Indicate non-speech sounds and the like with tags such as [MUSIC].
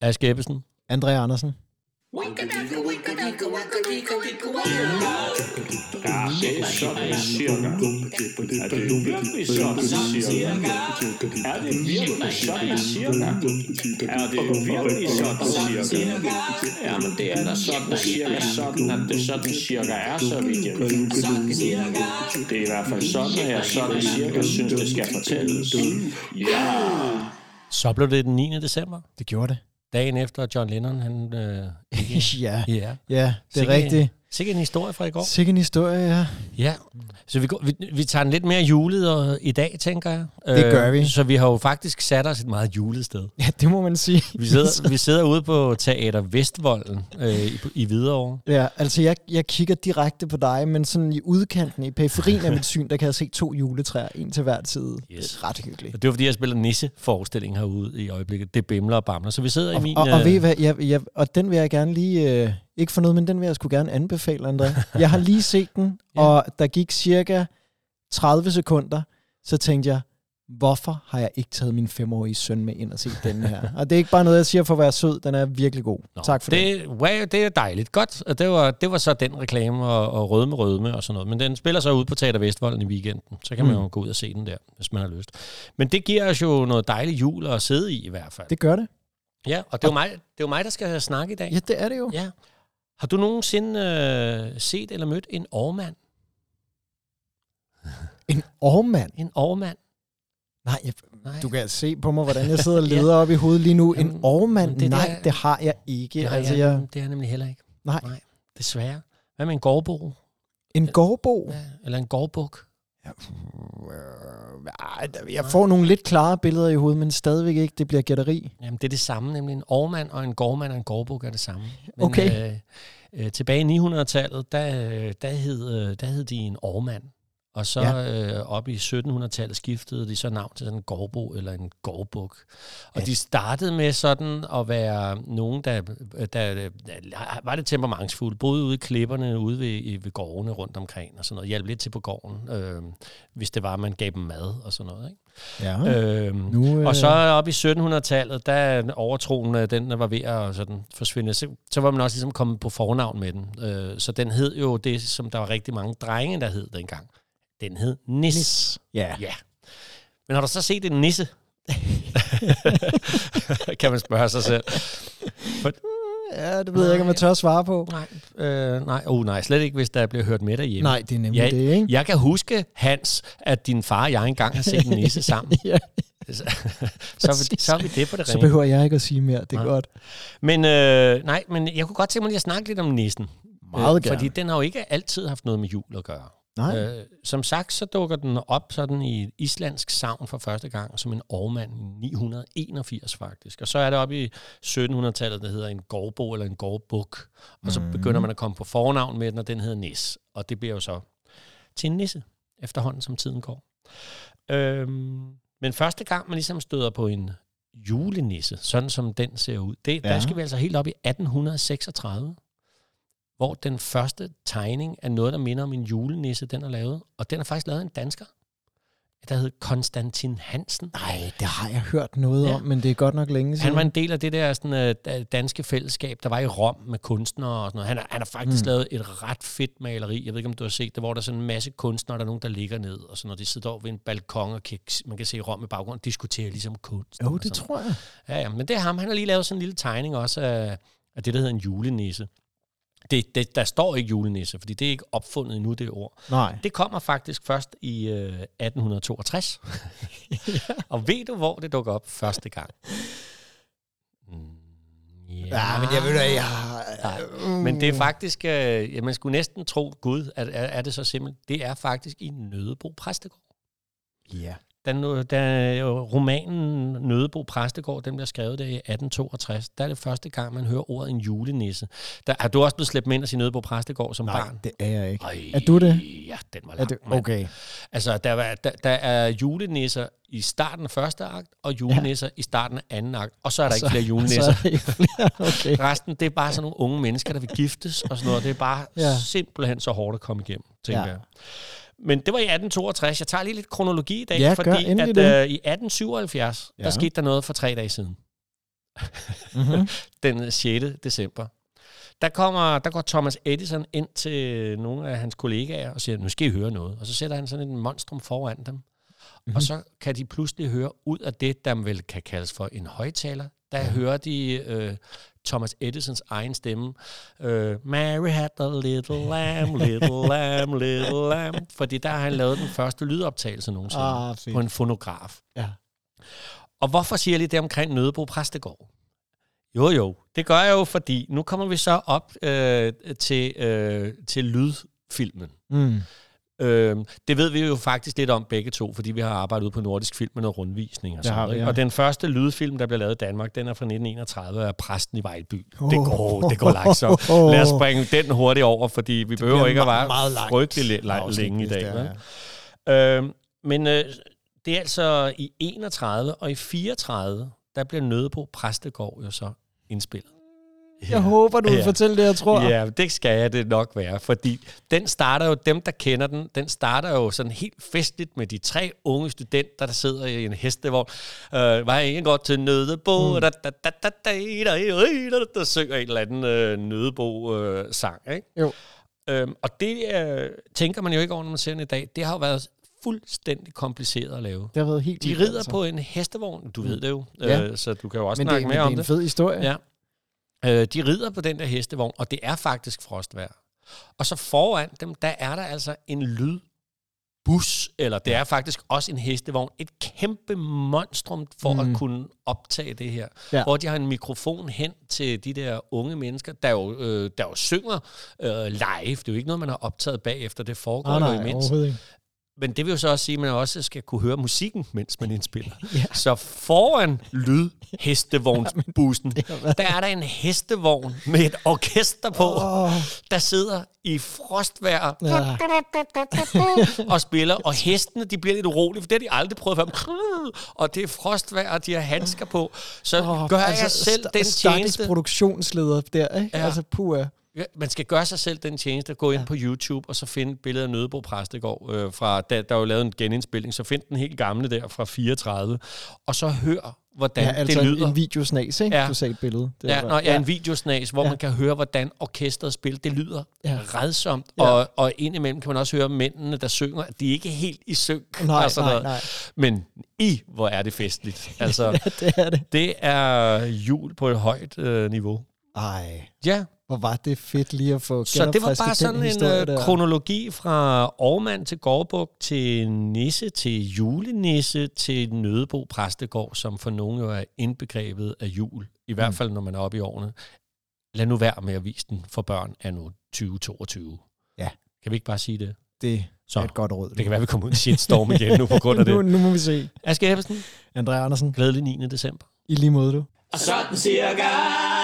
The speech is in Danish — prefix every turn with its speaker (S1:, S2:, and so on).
S1: Aske Ebbesen.
S2: André Andersen.
S3: Det er sådan cirka. Er det virkelig sådan cirka? Er det virkelig sådan cirka? Er det virkelig sådan cirka? Jamen det er da sådan cirka sådan, at det sådan cirka er, så vidt jeg ved. Det er i hvert fald sådan, at jeg sådan cirka synes, det skal fortælles. Ja!
S1: Så blev det den 9. december.
S2: Det gjorde det.
S1: Dagen efter John Lennon, han... Øh,
S2: [LAUGHS] ja,
S1: ja.
S2: ja, det er
S1: Sikke-
S2: rigtigt.
S1: Sikke en historie fra i går.
S2: Sikke en historie, ja.
S1: Ja, så vi, går, vi, vi tager den lidt mere julet og, i dag, tænker jeg. Øh,
S2: Det gør vi.
S1: Så vi har jo faktisk sat os et meget julet sted.
S2: Ja, det må man sige.
S1: Vi
S2: [LAUGHS]
S1: sidder, vi sidder ude på Teater Vestvolden øh, i, i Hvidovre.
S2: Ja, altså jeg, jeg kigger direkte på dig, men sådan i udkanten, i periferien af mit syn, der kan jeg se to juletræer, en til hver side. Yes. Det er ret hyggeligt.
S1: Og det var, fordi jeg spiller nisse-forestilling herude i øjeblikket. Det bimler og bamler. Så vi sidder i min...
S2: Og, og
S1: øh,
S2: ved I hvad, jeg, jeg, og den vil jeg gerne lige, øh, ikke for noget, men den vil jeg sgu gerne anbefale, André. Jeg har lige set den,
S1: [LAUGHS] Ja.
S2: og der gik cirka 30 sekunder, så tænkte jeg, hvorfor har jeg ikke taget min femårige søn med ind og set den her? og det er ikke bare noget, jeg siger for at være sød, den er virkelig god. Nå, tak for det.
S1: det. Wow, det er dejligt. Godt. Og det var, det var så den reklame og, og Rødme Rødme og sådan noget. Men den spiller så ud på Teater Vestvolden i weekenden. Så kan man
S2: Mm.
S1: jo gå ud og se den der, hvis man har lyst. Men det giver os jo noget dejligt jul at sidde i i hvert fald.
S2: Det gør det.
S1: Ja, og det er jo mig, det er jo mig der skal snakke i dag.
S2: Ja, det er det jo.
S1: Ja. Har du nogensinde øh, set eller mødt en overmand?
S2: En ormand.
S1: En overmand?
S2: Nej, jeg,
S1: Nej.
S2: Du kan se på mig, hvordan jeg
S1: [LAUGHS]
S2: sidder og leder op i hovedet lige nu. En
S1: Jamen,
S2: ormand?
S1: det er
S2: Det, Nej,
S1: der-
S2: det har jeg ikke.
S1: det, har
S2: altså,
S1: jeg,
S2: jeg,
S1: det har jeg nemlig heller ikke.
S2: nej.
S1: Nej. Desværre. Hvad med en gårdbo?
S2: En gårdbo?
S1: Ja, eller en gårdbuk?
S2: Ej, der- Øh, Jeg får nogle lidt klare billeder i hovedet, men stadigvæk ikke. Det bliver gætteri.
S1: Jamen, det er det samme, nemlig en overmand og en gårdmand og en gårdbuk er det samme. Men,
S2: Okay.
S1: Øh, øh, tilbage i 900-tallet, der, øh, der, hed, øh, der hed de en overmand. Og så ja. øh, op i 1700-tallet skiftede de så navn til sådan en gårdbo eller en gårdbuk. Og ja. de startede med sådan at være nogen, der, der, der var lidt temperamentsfulde, boede ude i klipperne, ude ved, i- ved gårdene rundt omkring og sådan noget, hjalp lidt til på gården, øh, hvis det var, man gav dem mad og sådan noget. Ikke?
S2: Ja.
S1: Øhm,
S2: Nu, øh,
S1: og så op i 1700-tallet, der er overtroen, øh, den var ved at sådan forsvinde. Så, så var man også ligesom kommet på fornavn med den. Øh, så den hed jo det, som der var rigtig mange drenge, der hed dengang. Den hed Nis. Nis.
S2: ja.
S1: Ja. Men har du så set en nisse? [LAUGHS] kan man spørge sig selv.
S2: ja, det ved jeg ikke, om jeg tør at svare på.
S1: Nej, øh, nej, oh, nej, slet ikke, hvis der bliver hørt med derhjemme.
S2: Nej, det er nemlig
S1: jeg,
S2: det, ikke?
S1: Jeg kan huske, Hans, at din far og jeg engang har set en nisse sammen.
S2: [LAUGHS] Ja.
S1: Så, så, er vi, så er vi det på det
S2: Så
S1: rene.
S2: behøver jeg ikke at sige mere. Det er
S1: Nej.
S2: godt.
S1: Men øh, nej, men jeg kunne godt tænke mig lige at snakke lidt om nissen. Øh,
S2: Meget gerne.
S1: Fordi den har jo ikke altid haft noget med jul at gøre.
S2: Nej.
S1: Øh, som sagt, så dukker den op sådan i et islandsk savn for første gang som en overmand i 981 faktisk. Og så er det oppe i 1700-tallet, der hedder en gårdbo eller en gårdbuk. Og så begynder man at komme på fornavn med den, og den hedder Nis. Og det bliver jo så til en nisse efterhånden, som tiden går. Øhm, men første gang, man ligesom støder på en julenisse, sådan som den ser ud, det, ja. der
S2: Ja.
S1: skal vi altså helt op i 1836, hvor den første tegning af noget, der minder om en julenisse, den er lavet. Og den er faktisk lavet af en dansker, der hed Konstantin Hansen.
S2: Nej, det har jeg hørt noget
S1: Ja.
S2: om, men det er godt nok længe siden.
S1: Han var en del af det der sådan, øh, da- danske fællesskab, der var i Rom med kunstnere og sådan noget. Han har, han har faktisk mm. lavet et ret fedt maleri. Jeg ved ikke, om du har set det, hvor der er sådan en masse kunstnere, der er nogen, der ligger ned og sådan noget. De sidder over ved en balkon, og kan, man kan se Rom i baggrunden, diskuterer ligesom kunst.
S2: Jo,
S1: og
S2: det
S1: sådan.
S2: tror jeg.
S1: Ja, ja, men det er ham. Han har lige lavet sådan en lille tegning også af, af det, der hedder en julenisse. Det, det, der står ikke julenisse, fordi det er ikke opfundet endnu, det ord.
S2: Nej.
S1: Det kommer faktisk først i øh, [LAUGHS] 1862. Og ved du, hvor det dukker op første gang? Mm,
S2: Ja, men jeg ved da, jeg har...
S1: Nej,
S2: Mm.
S1: men det er faktisk, øh, ja, man skulle næsten tro, Gud, at, er, er det så simpelt? Det er faktisk i Nødebo Præstegård.
S2: Ja.
S1: Da, nu- da romanen Nødebo Præstegård, den bliver skrevet der i 1862, der er det første gang, man hører ordet en julenisse. Der, har du også blevet slæbt med ind og sige Nødebo Præstegård som
S2: Nej,
S1: barn?
S2: det er jeg ikke.
S1: Ej,
S2: Er du det?
S1: Ja, den var
S2: Er
S1: lang,
S2: det,
S1: mand.
S2: okay.
S1: Altså, der, var, der, der er julenisser i starten af første akt, og julenisser ja. i starten af anden akt, og så er der ikke flere
S2: Så
S1: julenisser.
S2: er der ikke flere. Okay.
S1: Resten, det er bare sådan nogle unge mennesker, der vil giftes og sådan noget. Det er bare ja.
S2: Ja.
S1: simpelthen så hårdt at komme igennem, tænker ja.
S2: Ja.
S1: jeg. Men det var i 1862. Jeg tager lige lidt kronologi i dag,
S2: Ja, gør
S1: fordi
S2: endelig
S1: at,
S2: det.
S1: øh, i 1877, ja. der
S2: Ja.
S1: skete der noget for tre dage siden.
S2: Mm-hmm.
S1: [LAUGHS] den 6. december. Der, kommer, der går Thomas Edison ind til nogle af hans kollegaer og siger, nu skal I høre noget. Og så sætter han sådan en monstrum foran dem. Mm-hmm. Og så kan de pludselig høre ud af det, der vel kan kaldes for en højtaler. Der mm. hører de øh, Thomas Edisons egen stemme. Øh, Mary had a little lamb,
S2: [LAUGHS]
S1: little lamb, little lamb. Fordi der har han lavet den første lydoptagelse nogensinde
S2: Ah, fedt.
S1: på en fonograf.
S2: Ja.
S1: Og hvorfor siger jeg lige det omkring Nødebo Præstegård? Jo, jo, det gør jeg jo, fordi nu kommer vi så op øh, til, øh, til lydfilmen.
S2: [LAUGHS] Mm.
S1: Øh, det ved vi jo faktisk lidt om begge to, fordi vi har arbejdet ude på Nordisk Film med noget rundvisning og sådan
S2: har
S1: noget.
S2: vi,
S1: ikke?
S2: ja.
S1: Og den første lydfilm, der blev lavet i Danmark, den er fra 1931 af Præsten i Vejlby.
S2: Oh.
S1: Det går, det går langsomt. Lad os springe den hurtigt over, fordi vi behøver ikke at
S2: bliver
S1: være
S2: meget langt
S1: frygtelig lidt lang,
S2: afsnit,
S1: længe i
S2: hvis
S1: dag.
S2: det er,
S1: vel?
S2: ja.
S1: Øh, men øh, det er altså i 31 og i 34, der bliver Nødebo Præstegård jo så indspillet.
S2: Jeg håber, du vil
S1: Ja.
S2: fortælle det, jeg tror.
S1: Ja, det skal jeg det nok være, fordi den starter jo, dem der kender den, den starter jo sådan helt festligt med de tre unge studenter, der sidder i en hestevogn. Øh, var en godt til nødebo, mm. da, da, da, da, da, da, da, da, der synger en eller anden øh, nødebo-sang, øh, ikke?
S2: Jo.
S1: Øhm, og det øh, tænker man jo ikke over, når man ser den i dag. Det har jo været fuldstændig kompliceret at lave.
S2: Det har været helt
S1: De
S2: vildt,
S1: rider altså. på en hestevogn, du ved det jo,
S2: Mm. Ja.
S1: øh, så du kan jo også
S2: men det,
S1: snakke
S2: men
S1: mere
S2: det er
S1: om
S2: en
S1: det.
S2: fed historie.
S1: Ja. Øh, de rider på den der hestevogn, og det er faktisk frostvær. Og så foran dem, der er der altså en lydbus, eller det er faktisk også en hestevogn. Et kæmpe monstrum for mm. at kunne optage det her.
S2: Ja.
S1: Ja. Hvor de har en mikrofon hen til de der unge mennesker, der jo, øh, der jo synger øh, live. Det er jo ikke noget, man har optaget bagefter. Det foregår
S2: Nej,
S1: jo
S2: nej,
S1: imens.
S2: overhovedet ikke.
S1: Men det vil jo så også sige, at man også skal kunne høre musikken, mens man indspiller.
S2: [LAUGHS] Ja.
S1: ja. Så foran
S2: [LAUGHS]
S1: lydhestevognsbussen,
S2: været-
S1: der er der en hestevogn med et orkester på,
S2: Åh.
S1: der sidder i frostvejr
S2: Ja.
S1: og spiller. Og hestene, de bliver lidt urolige, for det har de aldrig prøvet før. Og det er frostvejr, og de har handsker på. Så
S2: Åh, altså,
S1: gør jeg selv
S2: sta-
S1: den
S2: stakkels
S1: tjeneste...
S2: produktionsleder der, ikke? Ja.
S1: Ja.
S2: Altså, puha.
S1: Ja, man skal gøre sig selv den tjeneste at gå ind ja. på YouTube og så finde et billede af Nødebo Præstegård. Øh, fra, der, der er jo lavet en genindspilning, så find den helt gamle der fra 34, og så hør, hvordan
S2: Ja, altså
S1: det
S2: en,
S1: lyder.
S2: en videosnas, ikke? Ja.
S1: Ja.
S2: Du sagde et billede. Det
S1: Ja,
S2: var-
S1: nå, ja, en videosnas, hvor
S2: Ja.
S1: ja. man kan høre, hvordan orkestret spiller. Det lyder
S2: Ja.
S1: ja. redsomt,
S2: Ja.
S1: ja. og, og indimellem kan man også høre mændene, der synger. at De er ikke helt i synk.
S2: Nej,
S1: og sådan
S2: nej,
S1: noget.
S2: nej.
S1: Men i, hvor er det
S2: [LAUGHS]
S1: festligt. Altså,
S2: ja, [LAUGHS] det er det.
S1: det er jul på et højt øh, niveau.
S2: Ej,
S1: Ja,
S2: hvor var det fedt lige at få
S1: Så det var
S2: genopfrisket
S1: bare
S2: den
S1: sådan en
S2: historie
S1: øh,
S2: der.
S1: kronologi fra Aarmand til Gårdbuk til Nisse til Julenisse til Nødebo Præstegård, som for nogle jo er indbegrebet af jul, i
S2: Mm.
S1: hvert fald når man er oppe i årene. Lad nu være med at vise den for børn af nu 2022.
S2: Ja.
S1: Kan vi ikke bare sige det?
S2: Det
S1: Så
S2: er et godt råd.
S1: det kan være, vi kommer ud i en shitstorm igen nu på
S2: [LAUGHS]
S1: grund af
S2: nu,
S1: det.
S2: nu må vi se.
S1: Aske Ebbesen,
S2: André Andersen,
S1: glædelig 9. december.
S2: i lige måde du.
S3: Og sådan cirka.